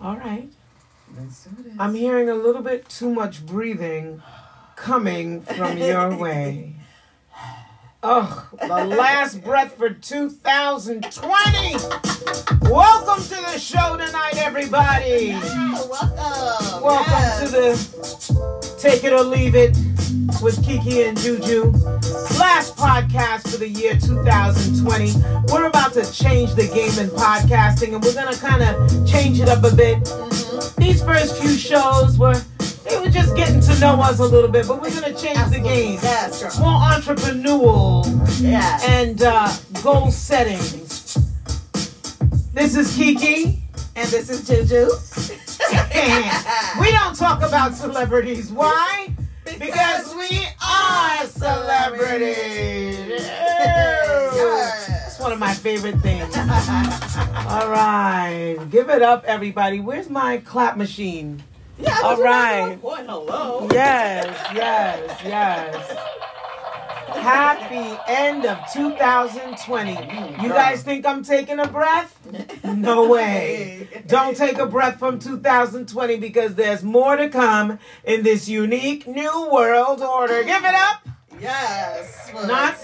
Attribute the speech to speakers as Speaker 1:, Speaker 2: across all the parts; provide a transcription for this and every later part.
Speaker 1: All right.
Speaker 2: Let's do this.
Speaker 1: I'm hearing a little bit too much breathing coming from your way. Ugh, the last breath for 2020. Welcome to the show tonight, everybody.
Speaker 2: Yeah, welcome.
Speaker 1: Welcome
Speaker 2: Yes.
Speaker 1: to the Take It or Leave It with Kiki and Juju. Last podcast for the year 2020. We're about to change the game in podcasting and we're going to kind of change it up a bit. These first few shows were, they were just getting to know us a little bit, but we're going to change the
Speaker 2: Absolutely.
Speaker 1: game.
Speaker 2: Yes, girl.
Speaker 1: More entrepreneurial
Speaker 2: Yes.
Speaker 1: and uh, goal settings. This is Kiki.
Speaker 2: And this is Juju.
Speaker 1: we don't talk about celebrities. Why? Because we are celebrities. It's one of my favorite things. All right. Give it up, everybody. Where's my clap machine?
Speaker 2: Yeah,
Speaker 1: All right.
Speaker 2: Boy, hello.
Speaker 1: Yes, yes, yes. Happy end of 2020. You guys think I'm taking a breath? No way. Don't take a breath from 2020 because there's more to come in this unique new world order. Give it up.
Speaker 2: Yes. for
Speaker 1: Not-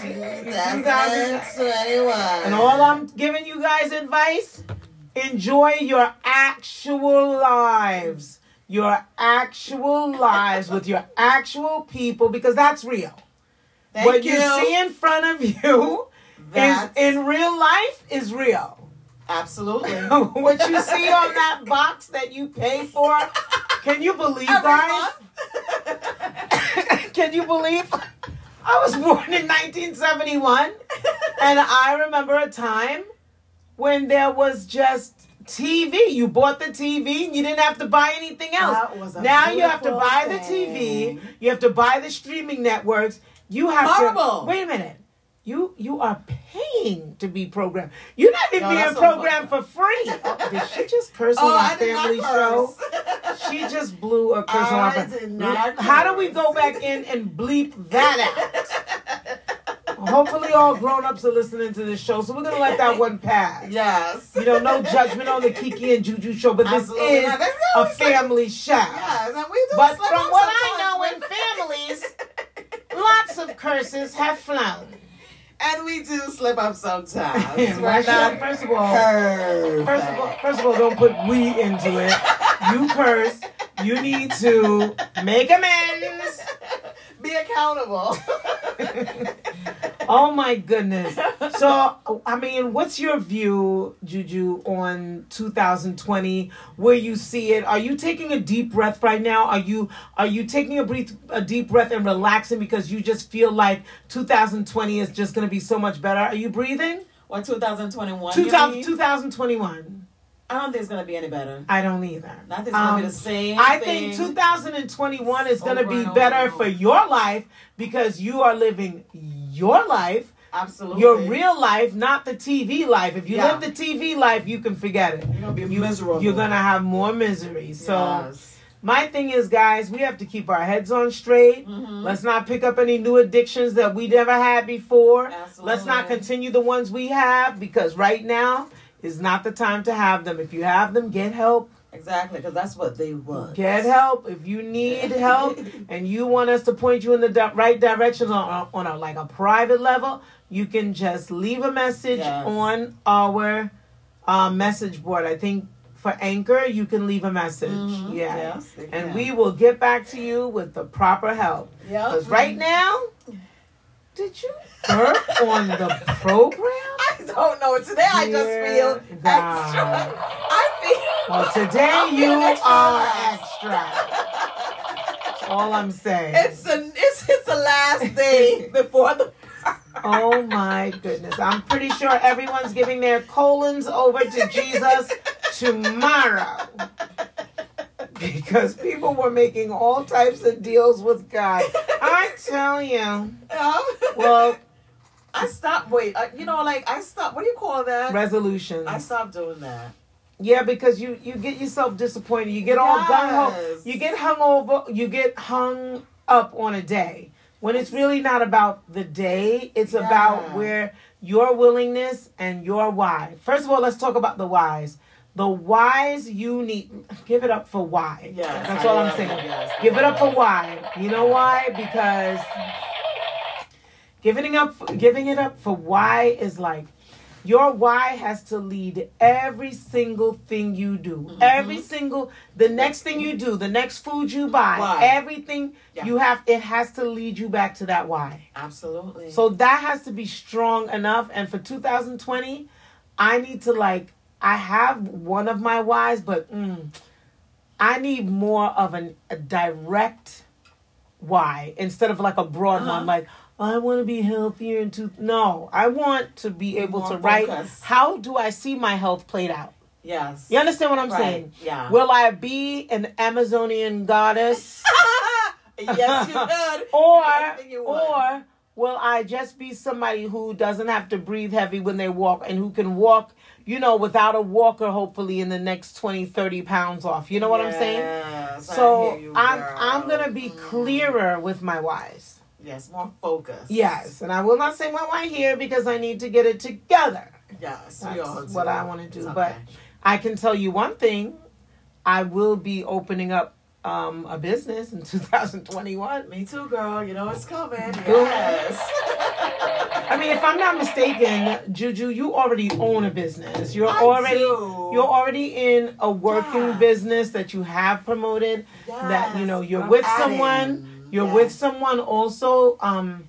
Speaker 2: 2021.
Speaker 1: And all I'm giving you guys advice enjoy your actual lives. Your actual lives with your actual people because that's real.
Speaker 2: Thank
Speaker 1: what
Speaker 2: you.
Speaker 1: you. see in front of you
Speaker 2: That's-
Speaker 1: is in real life is real.
Speaker 2: Absolutely.
Speaker 1: what you see on that box that you pay for, can you believe,
Speaker 2: Every
Speaker 1: guys?
Speaker 2: month.
Speaker 1: Can you believe? I was born in 1971, and I remember a time when there was just TV. You bought the TV, and you didn't have to buy anything else.
Speaker 2: That was a
Speaker 1: now you have to
Speaker 2: beautiful
Speaker 1: buy
Speaker 2: thing.
Speaker 1: the TV. You have to buy the streaming networks. You have
Speaker 2: Horrible.
Speaker 1: to wait a minute. You you are paying to be programmed. You're not even
Speaker 2: No,
Speaker 1: being
Speaker 2: that's what I'm
Speaker 1: programmed for free. Oh, did she just curse
Speaker 2: Oh,
Speaker 1: on
Speaker 2: I
Speaker 1: our
Speaker 2: did not
Speaker 1: family show? She just blew a curse on
Speaker 2: I
Speaker 1: our
Speaker 2: did not
Speaker 1: How do we
Speaker 2: curse.
Speaker 1: go back in and bleep that out? Hopefully, all grown ups are listening to this show, so we're gonna let that one pass.
Speaker 2: Yes.
Speaker 1: You know, no judgment on the Kiki and Juju show, but this
Speaker 2: Absolutely
Speaker 1: is
Speaker 2: not. That's
Speaker 1: a
Speaker 2: always like-
Speaker 1: family show.
Speaker 2: Yes, and we do
Speaker 1: But
Speaker 2: slip
Speaker 1: from
Speaker 2: up
Speaker 1: what I
Speaker 2: sometimes.
Speaker 1: know in families, lots of curses have flown.
Speaker 2: and we do slip up sometimes.
Speaker 1: Why
Speaker 2: We're
Speaker 1: should-
Speaker 2: not
Speaker 1: first of all,
Speaker 2: perfect.
Speaker 1: First of all, first of all, don't put we into it. You curse. You need to make amends.
Speaker 2: be accountable.
Speaker 1: Oh my goodness. So, I mean, what's your view, Juju, on 2020? Where you see it? Are you taking a deep breath right now? Are you are you taking a breath a deep breath and relaxing because you just feel like 2020 is just going to be so much better? Are you breathing?
Speaker 2: What 2021?
Speaker 1: 2000, 2021.
Speaker 2: I don't think it's gonna be any better.
Speaker 1: I don't either.
Speaker 2: I think it's gonna be
Speaker 1: Um,
Speaker 2: the same.
Speaker 1: I
Speaker 2: thing.
Speaker 1: think 2021 is going to
Speaker 2: Over
Speaker 1: be
Speaker 2: and over
Speaker 1: better
Speaker 2: and
Speaker 1: for
Speaker 2: over.
Speaker 1: your life because you are living your life,
Speaker 2: Absolutely.
Speaker 1: your real life, not the TV life. If you
Speaker 2: Yeah.
Speaker 1: live the TV life, you can forget it.
Speaker 2: You're gonna be miserable.
Speaker 1: You're going to have more misery. So,
Speaker 2: Yes.
Speaker 1: my thing is, guys, we have to keep our heads on straight.
Speaker 2: Mm-hmm.
Speaker 1: Let's not pick up any new addictions that we never had before. Let's not
Speaker 2: Absolutely.
Speaker 1: continue the ones we have because right now is not the time to have them. If you have them, get help.
Speaker 2: Exactly, because that's what they want.
Speaker 1: Get help if you need help and you want us to point you in the di- right direction on, on a, like a private level. You can just leave a message
Speaker 2: Yes.
Speaker 1: on our uh, message board. I think for Anchor, you can leave a message.
Speaker 2: Mm-hmm.
Speaker 1: Mm-hmm. Yeah.
Speaker 2: Yes, they
Speaker 1: and
Speaker 2: can.
Speaker 1: we will get back to you with the proper help.
Speaker 2: Yep.
Speaker 1: Because right now, did you burp on the program?
Speaker 2: I don't know. Today I just
Speaker 1: Dear
Speaker 2: feel
Speaker 1: God.
Speaker 2: extra. I feel.
Speaker 1: Well, today you
Speaker 2: feeling extra
Speaker 1: are
Speaker 2: relaxed.
Speaker 1: extra. That's all I'm saying.
Speaker 2: It's a it's it's the last day before the.
Speaker 1: Oh my goodness. I'm pretty sure everyone's giving their colons over to Jesus tomorrow. Because people were making all types of deals with God. I tell you.
Speaker 2: Um,
Speaker 1: Well,
Speaker 2: I stopped. Wait, uh, you know, like I stopped. What do you call that? I
Speaker 1: resolutions.
Speaker 2: stopped doing that.
Speaker 1: Yeah, because you you get yourself disappointed. You get all gung ho.
Speaker 2: Yes.
Speaker 1: You get hung over. You get hung up on a day when it's really not about the day. It's about
Speaker 2: Yeah.
Speaker 1: where your willingness and your why. First of all, let's talk about the whys. The wise you need. Give it up for why.
Speaker 2: Yes,
Speaker 1: That's
Speaker 2: I
Speaker 1: all I'm
Speaker 2: love
Speaker 1: saying.
Speaker 2: it, yes.
Speaker 1: Give it up for why. You know why? Because giving up, giving it up for why is like your why has to lead every single thing you do.
Speaker 2: Mm-hmm.
Speaker 1: Every single the next thing you do, the next food you buy,
Speaker 2: Why?
Speaker 1: everything
Speaker 2: Yeah.
Speaker 1: you have it has to lead you back to that why.
Speaker 2: Absolutely.
Speaker 1: So that has to be strong enough and for 2020, I need to like I have one of my whys but mm, I need more of an, a direct why instead of like a broad
Speaker 2: Uh-huh.
Speaker 1: one like I want to be healthier and to no, I want to be able
Speaker 2: More
Speaker 1: to write
Speaker 2: focus.
Speaker 1: how do I see my health played out?
Speaker 2: yes.
Speaker 1: You understand what I'm
Speaker 2: Right,
Speaker 1: saying?
Speaker 2: yeah.
Speaker 1: Will I be an Amazonian goddess?
Speaker 2: yes, you could.
Speaker 1: or
Speaker 2: Everything you want.
Speaker 1: or will I just be somebody who doesn't have to breathe heavy when they walk and who can walk, you know, without a walker hopefully in the next 20, 30 pounds off. You know what I'm saying?
Speaker 2: Yes, I
Speaker 1: So
Speaker 2: hear you,
Speaker 1: I'm
Speaker 2: girl. Mm-hmm.
Speaker 1: I'm gonna be clearer with my whys.
Speaker 2: Yes, more focus.
Speaker 1: Yes, and I will not say my why here because I need to get it together.
Speaker 2: Yes. we all
Speaker 1: That's
Speaker 2: do.
Speaker 1: what I want to do.
Speaker 2: It's
Speaker 1: But
Speaker 2: okay.
Speaker 1: I can tell you one thing: I will be opening up um, a business in 2021.
Speaker 2: Me too, girl. You know it's coming.
Speaker 1: Boom.
Speaker 2: Yes.
Speaker 1: I mean, if I'm not mistaken, Juju, you already own a business. You're
Speaker 2: I
Speaker 1: already
Speaker 2: do.
Speaker 1: you're already in a working
Speaker 2: Yeah.
Speaker 1: business that you have promoted. That you know
Speaker 2: Yes,
Speaker 1: you're
Speaker 2: I'm
Speaker 1: with
Speaker 2: adding.
Speaker 1: someone. You're
Speaker 2: Yes.
Speaker 1: with someone also. Um,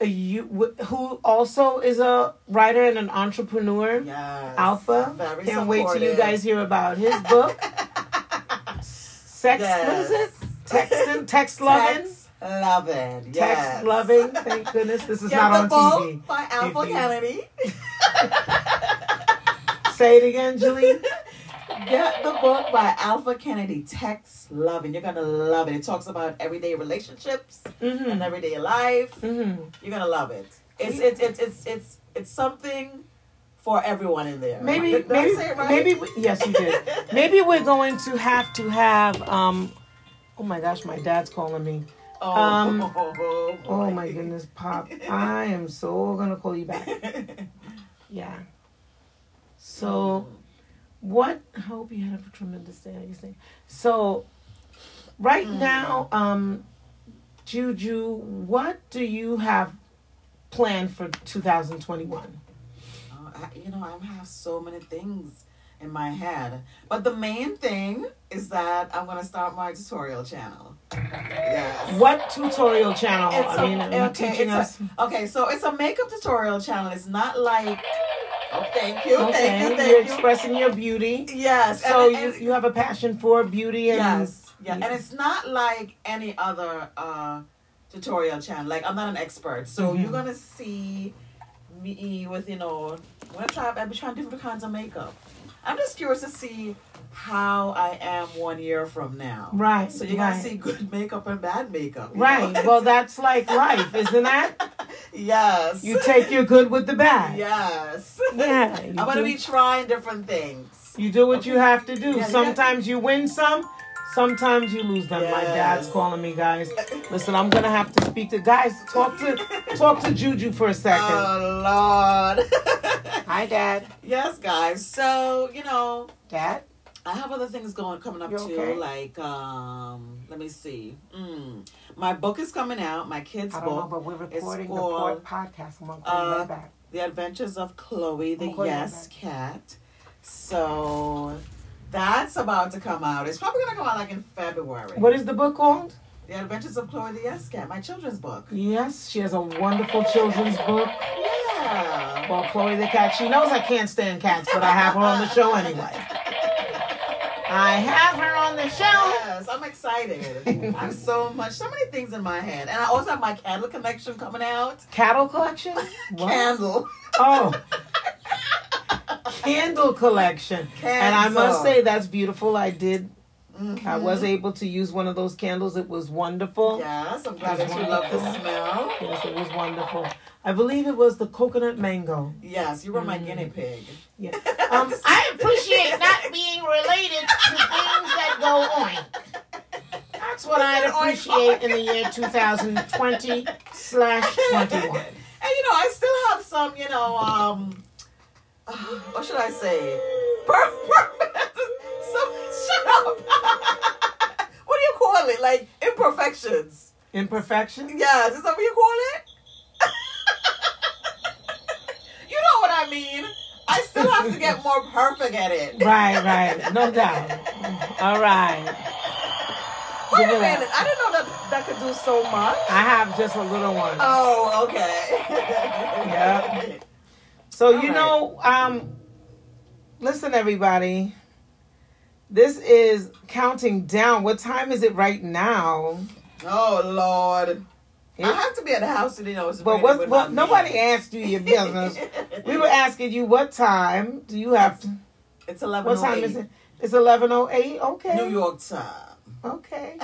Speaker 1: you who also is a writer and an entrepreneur.
Speaker 2: Yes.
Speaker 1: Alpha.
Speaker 2: Very
Speaker 1: Can't wait till you
Speaker 2: supportive.
Speaker 1: guys hear about his book. Sex, what is
Speaker 2: Yes.
Speaker 1: it? Text and text loving.
Speaker 2: Text loving. Yes.
Speaker 1: Text loving. Thank goodness this is
Speaker 2: Get
Speaker 1: not
Speaker 2: the
Speaker 1: on
Speaker 2: book
Speaker 1: TV.
Speaker 2: by Alpha
Speaker 1: If you-
Speaker 2: Kennedy.
Speaker 1: Say it again, Julie.
Speaker 2: Get the book by Alpha Kennedy. Text loving. You're gonna love it. It talks about everyday relationships and
Speaker 1: Mm-hmm.
Speaker 2: everyday life.
Speaker 1: Mm-hmm.
Speaker 2: You're gonna love it. It's it's it's it's it's, it's something for everyone in there.
Speaker 1: Maybe,
Speaker 2: Did- did I
Speaker 1: maybe,
Speaker 2: say it right?
Speaker 1: maybe. We, yes, you did. maybe we're going to have to have. Um, oh my gosh, my dad's calling me.
Speaker 2: Oh,
Speaker 1: um,
Speaker 2: boy.
Speaker 1: Oh my goodness, Pop! I am so gonna call you back. Yeah.
Speaker 2: Oh,
Speaker 1: So, what? I hope you had a tremendous day. I guess. So, right
Speaker 2: Mm.
Speaker 1: now, um, Juju, what do you have planned for 2021?
Speaker 2: Oh, I, you know, I have so many things in my head, but the main thing is that I'm gonna start my tutorial channel. Yes.
Speaker 1: What tutorial channel?
Speaker 2: It's
Speaker 1: I mean,
Speaker 2: a,
Speaker 1: are you
Speaker 2: okay,
Speaker 1: teaching
Speaker 2: it's a-
Speaker 1: us.
Speaker 2: okay, so it's a makeup tutorial channel. It's not like, oh, thank you,
Speaker 1: okay,
Speaker 2: thank you,
Speaker 1: you're
Speaker 2: thank you.
Speaker 1: expressing your beauty.
Speaker 2: yes.
Speaker 1: So
Speaker 2: and- and-
Speaker 1: you, you have a passion for beauty and
Speaker 2: yes, yeah, and it's not like any other uh, tutorial channel. Like I'm not an expert, so
Speaker 1: Mhm.
Speaker 2: you're gonna see me with you know, I'm gonna try. I'll be trying different kinds of makeup. I'm just curious to see how I am one year from now.
Speaker 1: Right,
Speaker 2: So you're
Speaker 1: right.
Speaker 2: gonna see good makeup and bad makeup. you know?
Speaker 1: right. Well, that's like life, isn't that?
Speaker 2: yes.
Speaker 1: You take your good with the bad.
Speaker 2: Yes.
Speaker 1: Yeah, you
Speaker 2: I'm gonna
Speaker 1: do.
Speaker 2: be trying different things.
Speaker 1: You do what you have to do.
Speaker 2: Yeah,
Speaker 1: sometimes you win some, sometimes you lose them. My
Speaker 2: Yes.
Speaker 1: dad's calling me, guys. Listen, I'm gonna have to speak to guys. Talk to talk to Juju for a second.
Speaker 2: Uh, Oh Lord.
Speaker 1: Hi, Dad.
Speaker 2: yes, guys. So you know,
Speaker 1: Dad.
Speaker 2: I have other things going coming up
Speaker 1: You
Speaker 2: too.
Speaker 1: okay?
Speaker 2: Like, um, let me see. Mm. My book is coming out. My kids'
Speaker 1: I don't know,
Speaker 2: book,
Speaker 1: but we're recording the
Speaker 2: called-
Speaker 1: pod- podcast. I'm gonna call you
Speaker 2: Uh,
Speaker 1: right back.
Speaker 2: The Adventures of Chloe, the
Speaker 1: I'm calling you
Speaker 2: Yes Cat. So that's about to come out. It's probably gonna come out like in February.
Speaker 1: What is the book called?
Speaker 2: The Adventures of Chloe, the Yes Cat, my children's book.
Speaker 1: Yes, she has a wonderful children's book
Speaker 2: Yeah.
Speaker 1: called Chloe the Cat. She knows I can't stand cats, but I have her on the show anyway. I have her on the show.
Speaker 2: Yes, I'm excited. I'm so much, so many things in my head, and I also have my candle collection coming out.
Speaker 1: Cattle collection? What?
Speaker 2: Candle.
Speaker 1: Oh. candle collection. And I must say, that's beautiful. I did.
Speaker 2: Mm-hmm.
Speaker 1: I was able to use one of those candles. It was wonderful.
Speaker 2: Yes, I'm glad that you love the smell.
Speaker 1: Yes, it was wonderful. I believe it was the coconut mango.
Speaker 2: Yes, you were my guinea pig.
Speaker 1: Yeah. Mm. Um, I appreciate not being related to things that go on. That's what I appreciate in the year 2020 slash 21.
Speaker 2: And you know, I still have some, you know, um, what should I say? so, shut up. what do you call it? Like imperfections.
Speaker 1: Imperfection?
Speaker 2: Yes, is that what you call it? you know what I mean. I still have to get more perfect at it.
Speaker 1: Right, right. No doubt. All right.
Speaker 2: Wait a
Speaker 1: Give it
Speaker 2: minute.
Speaker 1: up.
Speaker 2: I didn't know that that could do so much.
Speaker 1: I have just a little one.
Speaker 2: Oh, okay.
Speaker 1: Yeah. So
Speaker 2: All
Speaker 1: you
Speaker 2: right.
Speaker 1: know, um, listen, everybody. This is counting down. What time is it right now?
Speaker 2: Oh Lord. I
Speaker 1: It-
Speaker 2: have to be at the house today. know it's
Speaker 1: but
Speaker 2: raining
Speaker 1: what?
Speaker 2: with
Speaker 1: What?
Speaker 2: my
Speaker 1: Nobody
Speaker 2: man.
Speaker 1: asked you your business. we were asking you what time do you have? To,
Speaker 2: It's eleven. oh
Speaker 1: what time is it? It's eleven oh eight. Okay.
Speaker 2: New York time.
Speaker 1: Okay.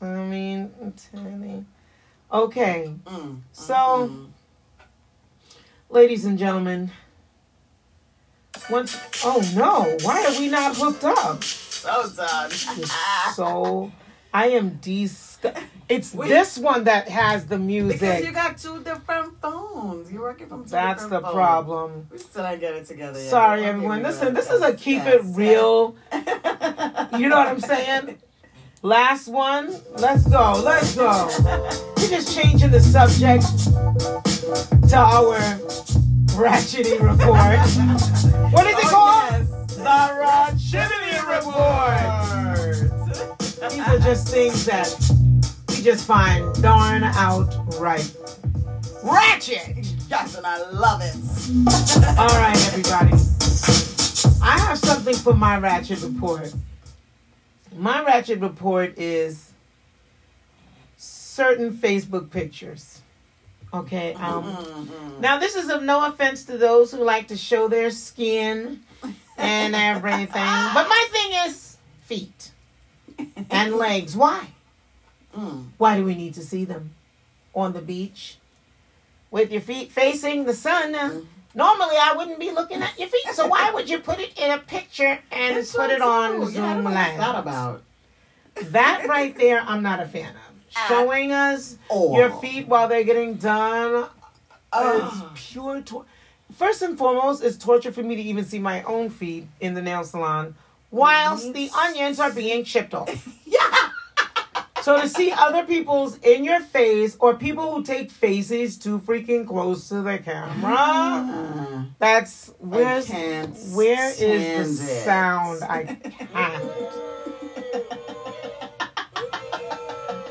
Speaker 1: I mean, ten, eight. okay,
Speaker 2: Mm,
Speaker 1: So-
Speaker 2: mm,
Speaker 1: ladies and gentlemen. Once, oh no! Why are we not hooked up?
Speaker 2: so done.
Speaker 1: is so I am disg It's
Speaker 2: Wait.
Speaker 1: this one that has the
Speaker 2: because you
Speaker 1: music.
Speaker 2: got two different phones. You're working from two
Speaker 1: That's the
Speaker 2: different phones.
Speaker 1: problem.
Speaker 2: We still ain't get it together. yet.
Speaker 1: Sorry,
Speaker 2: Okay,
Speaker 1: everyone.
Speaker 2: we
Speaker 1: Listen,
Speaker 2: will.
Speaker 1: this is a keep it
Speaker 2: Yes, yes.
Speaker 1: real. You know what I'm saying? Last one. Let's go. Let's go. We're just changing the subject to our ratchety report. What
Speaker 2: Oh,
Speaker 1: is it called? The ratchety report. These are just things that we just find darn outright ratchet.
Speaker 2: Yes, and I love it.
Speaker 1: All right, everybody. I have something for my ratchet report. My ratchet report is certain Facebook pictures. Okay. Um,
Speaker 2: Mm-mm.
Speaker 1: now, this is of no offense to those who like to show their skin and everything, but my thing is feet and legs. Why?
Speaker 2: Mm.
Speaker 1: Why do we need to see them? On the beach? With your feet facing the sun? Uh,
Speaker 2: Mm-hmm.
Speaker 1: Normally, I wouldn't be looking at your feet, so why would you put it in a picture and
Speaker 2: That's
Speaker 1: put
Speaker 2: what
Speaker 1: it
Speaker 2: I
Speaker 1: on
Speaker 2: do. Yeah, I don't
Speaker 1: Zoom
Speaker 2: know what's
Speaker 1: Live?
Speaker 2: that about? Ah.
Speaker 1: That right there, I'm not a fan of. Showing us
Speaker 2: Or
Speaker 1: your feet while they're getting done is
Speaker 2: Oh,
Speaker 1: pure torture. First and foremost, it's torture for me to even see my own feet in the nail salon whilst the onions are being chipped off.
Speaker 2: yeah.
Speaker 1: So to see other people's in your face or people who take faces too freaking close to the camera,
Speaker 2: Uh,
Speaker 1: that's
Speaker 2: I
Speaker 1: where's
Speaker 2: can't
Speaker 1: where is the
Speaker 2: stand it.
Speaker 1: sound? I can't.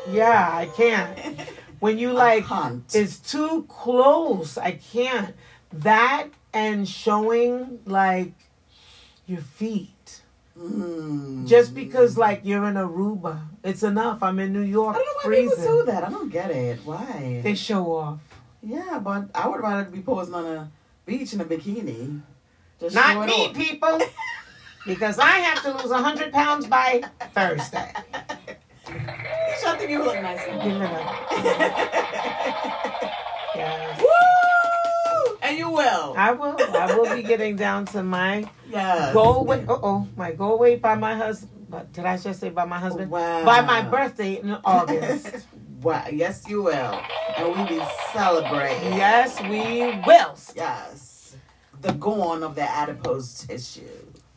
Speaker 1: Yeah, I can't. When you like
Speaker 2: Hunt.
Speaker 1: it's too close. I can't. That and showing like your feet.
Speaker 2: Mm.
Speaker 1: Just because like you're in Aruba, it's enough. I'm in New York
Speaker 2: I don't know why
Speaker 1: freezing.
Speaker 2: people do that. I don't get it. Why?
Speaker 1: They show off.
Speaker 2: yeah, but I would rather be posing on a beach in a bikini. Just show
Speaker 1: Not
Speaker 2: it
Speaker 1: me,
Speaker 2: off.
Speaker 1: people. Because I have to lose 100 pounds by Thursday.
Speaker 2: Shut the people look nice.
Speaker 1: Give it up. Yes.
Speaker 2: Woo! And you will.
Speaker 1: I will. I will be getting down to my
Speaker 2: yes.
Speaker 1: goal weight. Uh oh. My goal weight by my husband. Did I just say by my husband?
Speaker 2: Oh, Wow.
Speaker 1: By my birthday in August.
Speaker 2: wow. Yes, you will. And we be celebrating.
Speaker 1: yes, we will.
Speaker 2: Yes. The gone of the adipose tissue.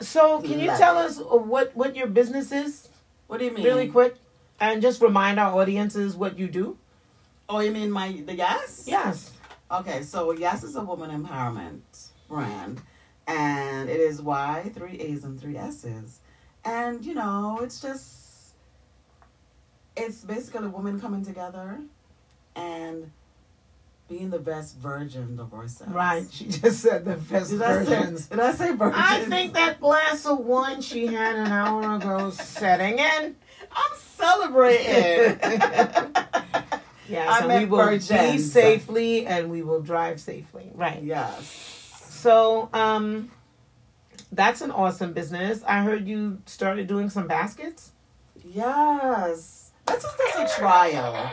Speaker 1: So, can you
Speaker 2: Love
Speaker 1: tell
Speaker 2: it.
Speaker 1: us what, what your business is
Speaker 2: What do you mean?
Speaker 1: really quick? And just remind our audiences what you do?
Speaker 2: Oh, you mean my the yes?
Speaker 1: Yes.
Speaker 2: Okay, so Yes is a woman empowerment brand, and it is Y, three A's, and three S's. And, you know, it's just, it's basically women coming together and being the best virgins of ourselves.
Speaker 1: Right. She just said the best
Speaker 2: Did I, say,
Speaker 1: versions.
Speaker 2: did I say virgins?
Speaker 1: I think that glass of wine she had an hour ago setting in.
Speaker 2: I'm celebrating.
Speaker 1: Yes,
Speaker 2: I
Speaker 1: and
Speaker 2: meant
Speaker 1: we will be
Speaker 2: virgins.
Speaker 1: safely and we will drive safely. Right.
Speaker 2: yes.
Speaker 1: So, um, that's an awesome business. I heard you started doing some baskets.
Speaker 2: Yes. This is just a trial.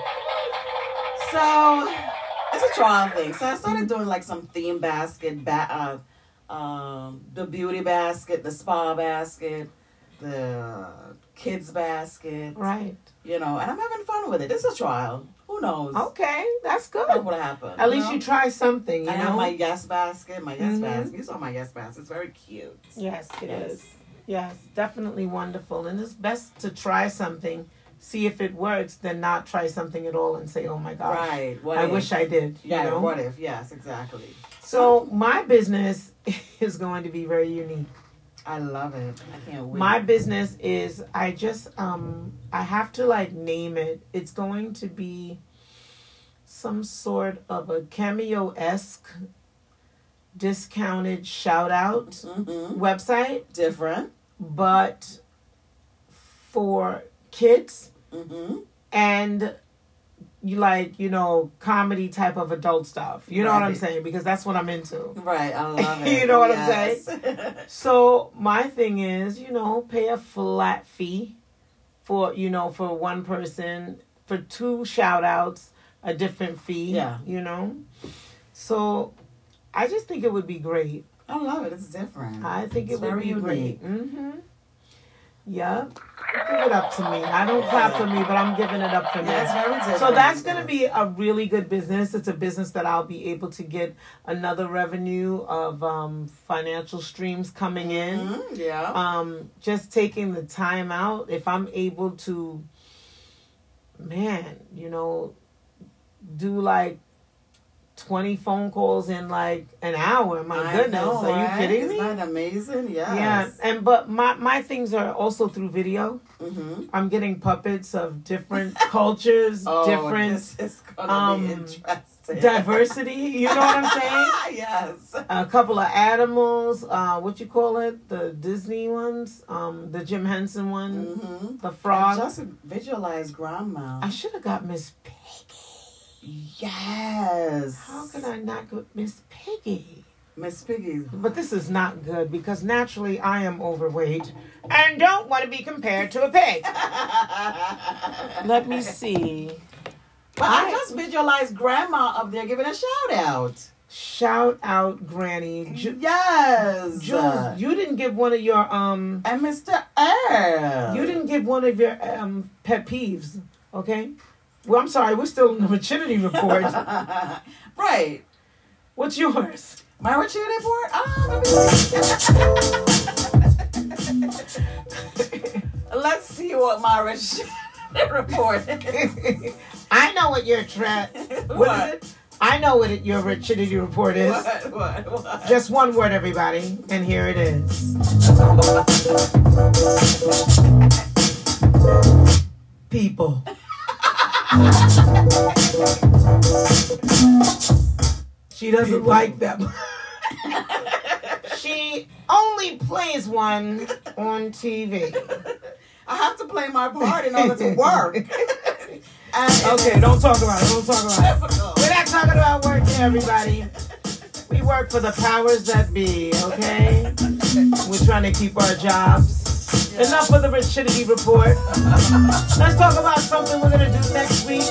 Speaker 2: So it's a trial thing. So I started doing like some theme basket, ba- uh, um, the beauty basket, the spa basket, the kids basket.
Speaker 1: Right.
Speaker 2: You know, and I'm having fun with it. It's a trial. Who knows?
Speaker 1: Okay, that's
Speaker 2: That
Speaker 1: good.
Speaker 2: would happen.
Speaker 1: Oh. At least you
Speaker 2: know?
Speaker 1: try something, you
Speaker 2: I have
Speaker 1: know.
Speaker 2: my yes basket, my yes
Speaker 1: Mhm.
Speaker 2: basket. You saw my yes basket. It's very cute.
Speaker 1: yes, it is. Yes, definitely wonderful. And it's best to try something, see if it works, than not try something at all and say, "Oh my gosh,
Speaker 2: Right. What
Speaker 1: I
Speaker 2: if?
Speaker 1: wish I did." you
Speaker 2: Yeah.
Speaker 1: know?
Speaker 2: What if? Yes. Exactly.
Speaker 1: So my business is going to be very unique.
Speaker 2: I love it. I can't wait.
Speaker 1: My business is I just um I have to like name it. It's going to be some sort of a cameo esque discounted shout out
Speaker 2: hmm
Speaker 1: Mm-hmm. website,
Speaker 2: different.
Speaker 1: but for kids
Speaker 2: hmm
Speaker 1: and you like you know comedy type of adult stuff. You know what I'm
Speaker 2: Right.
Speaker 1: saying because that's what I'm into.
Speaker 2: Right. I love it.
Speaker 1: You know what I'm
Speaker 2: yes. I'm saying?
Speaker 1: So my thing is, you know, pay a flat fee for you know for one person for two shout outs, a different fee.
Speaker 2: Yeah.
Speaker 1: You know, so I just think it would be great.
Speaker 2: I love it. It's different.
Speaker 1: I think it
Speaker 2: It's
Speaker 1: would
Speaker 2: very
Speaker 1: be
Speaker 2: unique.
Speaker 1: great. Mm-hmm. Yep. Give it up to me. I don't clap for me, but I'm giving it up for me.
Speaker 2: yeah, it's very different.
Speaker 1: So that's going
Speaker 2: Yes.
Speaker 1: to be a really good business. It's a business that I'll be able to get another revenue of um, financial streams coming in
Speaker 2: Mhm, yeah.
Speaker 1: um just taking the time out if i'm able to man you know do like 20 phone calls in like an hour my
Speaker 2: I
Speaker 1: goodness
Speaker 2: know,
Speaker 1: are you
Speaker 2: right?
Speaker 1: kidding me
Speaker 2: Isn't that amazing?
Speaker 1: yeah
Speaker 2: Yes.
Speaker 1: and but my my things are also through video
Speaker 2: Mm-hmm.
Speaker 1: i'm getting puppets of different cultures
Speaker 2: Oh,
Speaker 1: different
Speaker 2: This is gonna
Speaker 1: um,
Speaker 2: be interesting. Ah,
Speaker 1: diversity you know what i'm saying
Speaker 2: yes.
Speaker 1: a couple of animals uh what you call it the disney ones um the jim henson one
Speaker 2: Mm-hmm.
Speaker 1: the frog
Speaker 2: Just visualize grandma.
Speaker 1: I should have got Miss Piggy.
Speaker 2: Yes.
Speaker 1: How could I not get Miss Piggy?
Speaker 2: Miss Piggy.
Speaker 1: But this is not good because naturally I am overweight and don't want to be compared to a pig. Let me see.
Speaker 2: But I,
Speaker 1: I-
Speaker 2: just visualized grandma up there giving a shout out.
Speaker 1: Shout out, Granny. Ju-
Speaker 2: yes.
Speaker 1: Jules, you didn't give one of your um.
Speaker 2: and Mr. Earl.
Speaker 1: You didn't give one of your um pet peeves. Okay. Well, I'm sorry. We're still in the maturity report.
Speaker 2: right.
Speaker 1: What's yours?
Speaker 2: My maturity report? Ah, let me see. Let's see what my maturity report is.
Speaker 1: I know what your tra- What is it? I know what it, your rigidity report is.
Speaker 2: What? What? What?
Speaker 1: Just one word, everybody, and here it is. People. She doesn't
Speaker 2: People.
Speaker 1: like them. she only plays one on TV.
Speaker 2: I have to play my part in order to work. and
Speaker 1: Okay, don't talk about it. Don't talk about it.
Speaker 2: difficult.
Speaker 1: We're not talking about work here, everybody. We work for the powers that be, okay? We're trying to keep our jobs.
Speaker 2: Yeah.
Speaker 1: Enough of the rigidity report. Let's talk about something we're gonna do next week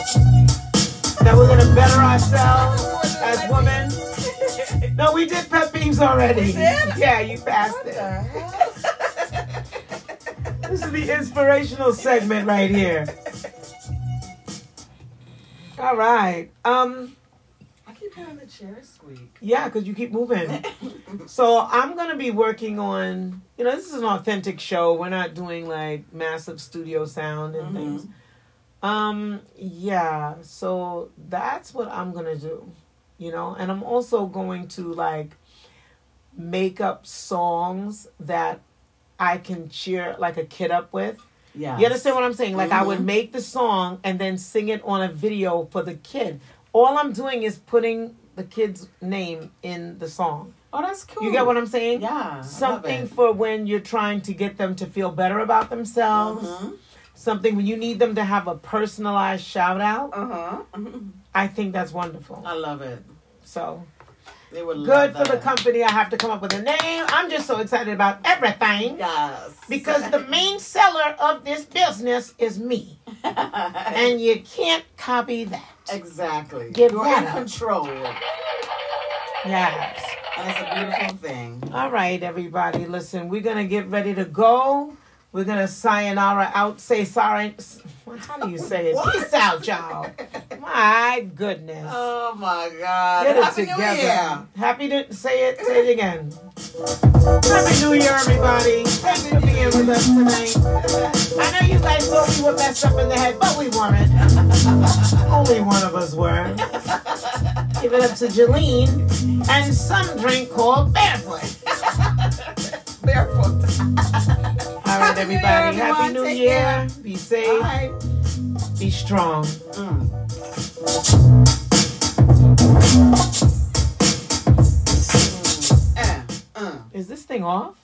Speaker 1: that we're gonna better ourselves as women. No, we did pet peeves already.
Speaker 2: We did?
Speaker 1: Yeah, you passed
Speaker 2: What
Speaker 1: it.
Speaker 2: the hell?
Speaker 1: This is the inspirational segment right here. All right. Um.
Speaker 2: I keep hearing the chair squeak.
Speaker 1: Yeah, because you keep moving. So I'm gonna be working on. You know, this is an authentic show. We're not doing like massive studio sound and
Speaker 2: Mhm.
Speaker 1: things. Um. Yeah. So that's what I'm gonna do. You know, and I'm also going to like make up songs that I can cheer like a kid up with.
Speaker 2: Yeah.
Speaker 1: You understand what I'm saying? Like I would
Speaker 2: Mhm.
Speaker 1: make the song and then sing it on a video for the kid. All I'm doing is putting the kid's name in the song.
Speaker 2: Oh, that's cool.
Speaker 1: You get what I'm saying?
Speaker 2: Yeah. I
Speaker 1: Something
Speaker 2: love it.
Speaker 1: for when you're trying to get them to feel better about themselves.
Speaker 2: Mhm.
Speaker 1: Something when you need them to have a personalized shout out.
Speaker 2: Uh-huh.
Speaker 1: I think that's wonderful.
Speaker 2: I love it.
Speaker 1: So
Speaker 2: They would
Speaker 1: good
Speaker 2: love
Speaker 1: for the
Speaker 2: that.
Speaker 1: company. I have to come up with a name. I'm just so excited about everything
Speaker 2: Yes.
Speaker 1: because the main seller of this business is me.
Speaker 2: and
Speaker 1: And you can't copy that.
Speaker 2: exactly.
Speaker 1: Give
Speaker 2: You're
Speaker 1: that
Speaker 2: in
Speaker 1: up.
Speaker 2: control. And
Speaker 1: Yes.
Speaker 2: it's a beautiful thing.
Speaker 1: All right, everybody. Listen, we're gonna get ready to go. We're gonna sayonara out. Say sorry. How do you say it?
Speaker 2: What?
Speaker 1: Peace out, y'all. My goodness.
Speaker 2: Oh my God.
Speaker 1: Get it
Speaker 2: Happy New
Speaker 1: together.
Speaker 2: Year.
Speaker 1: Happy to say it. Say it again. Happy New Year, everybody. Thank you for being with us tonight. I know you guys thought we were messed up in the head, but we weren't. Only one of us were. Give it up to Jeline and some drink called Barefoot.
Speaker 2: Barefoot.
Speaker 1: All right,
Speaker 2: Happy New Year,
Speaker 1: everybody. Happy
Speaker 2: everyone.
Speaker 1: New
Speaker 2: Take
Speaker 1: Year.
Speaker 2: care.
Speaker 1: Be safe.
Speaker 2: All right.
Speaker 1: Be strong.
Speaker 2: Mm. Mm. Eh, mm. Eh. Mm.
Speaker 1: Is this thing off?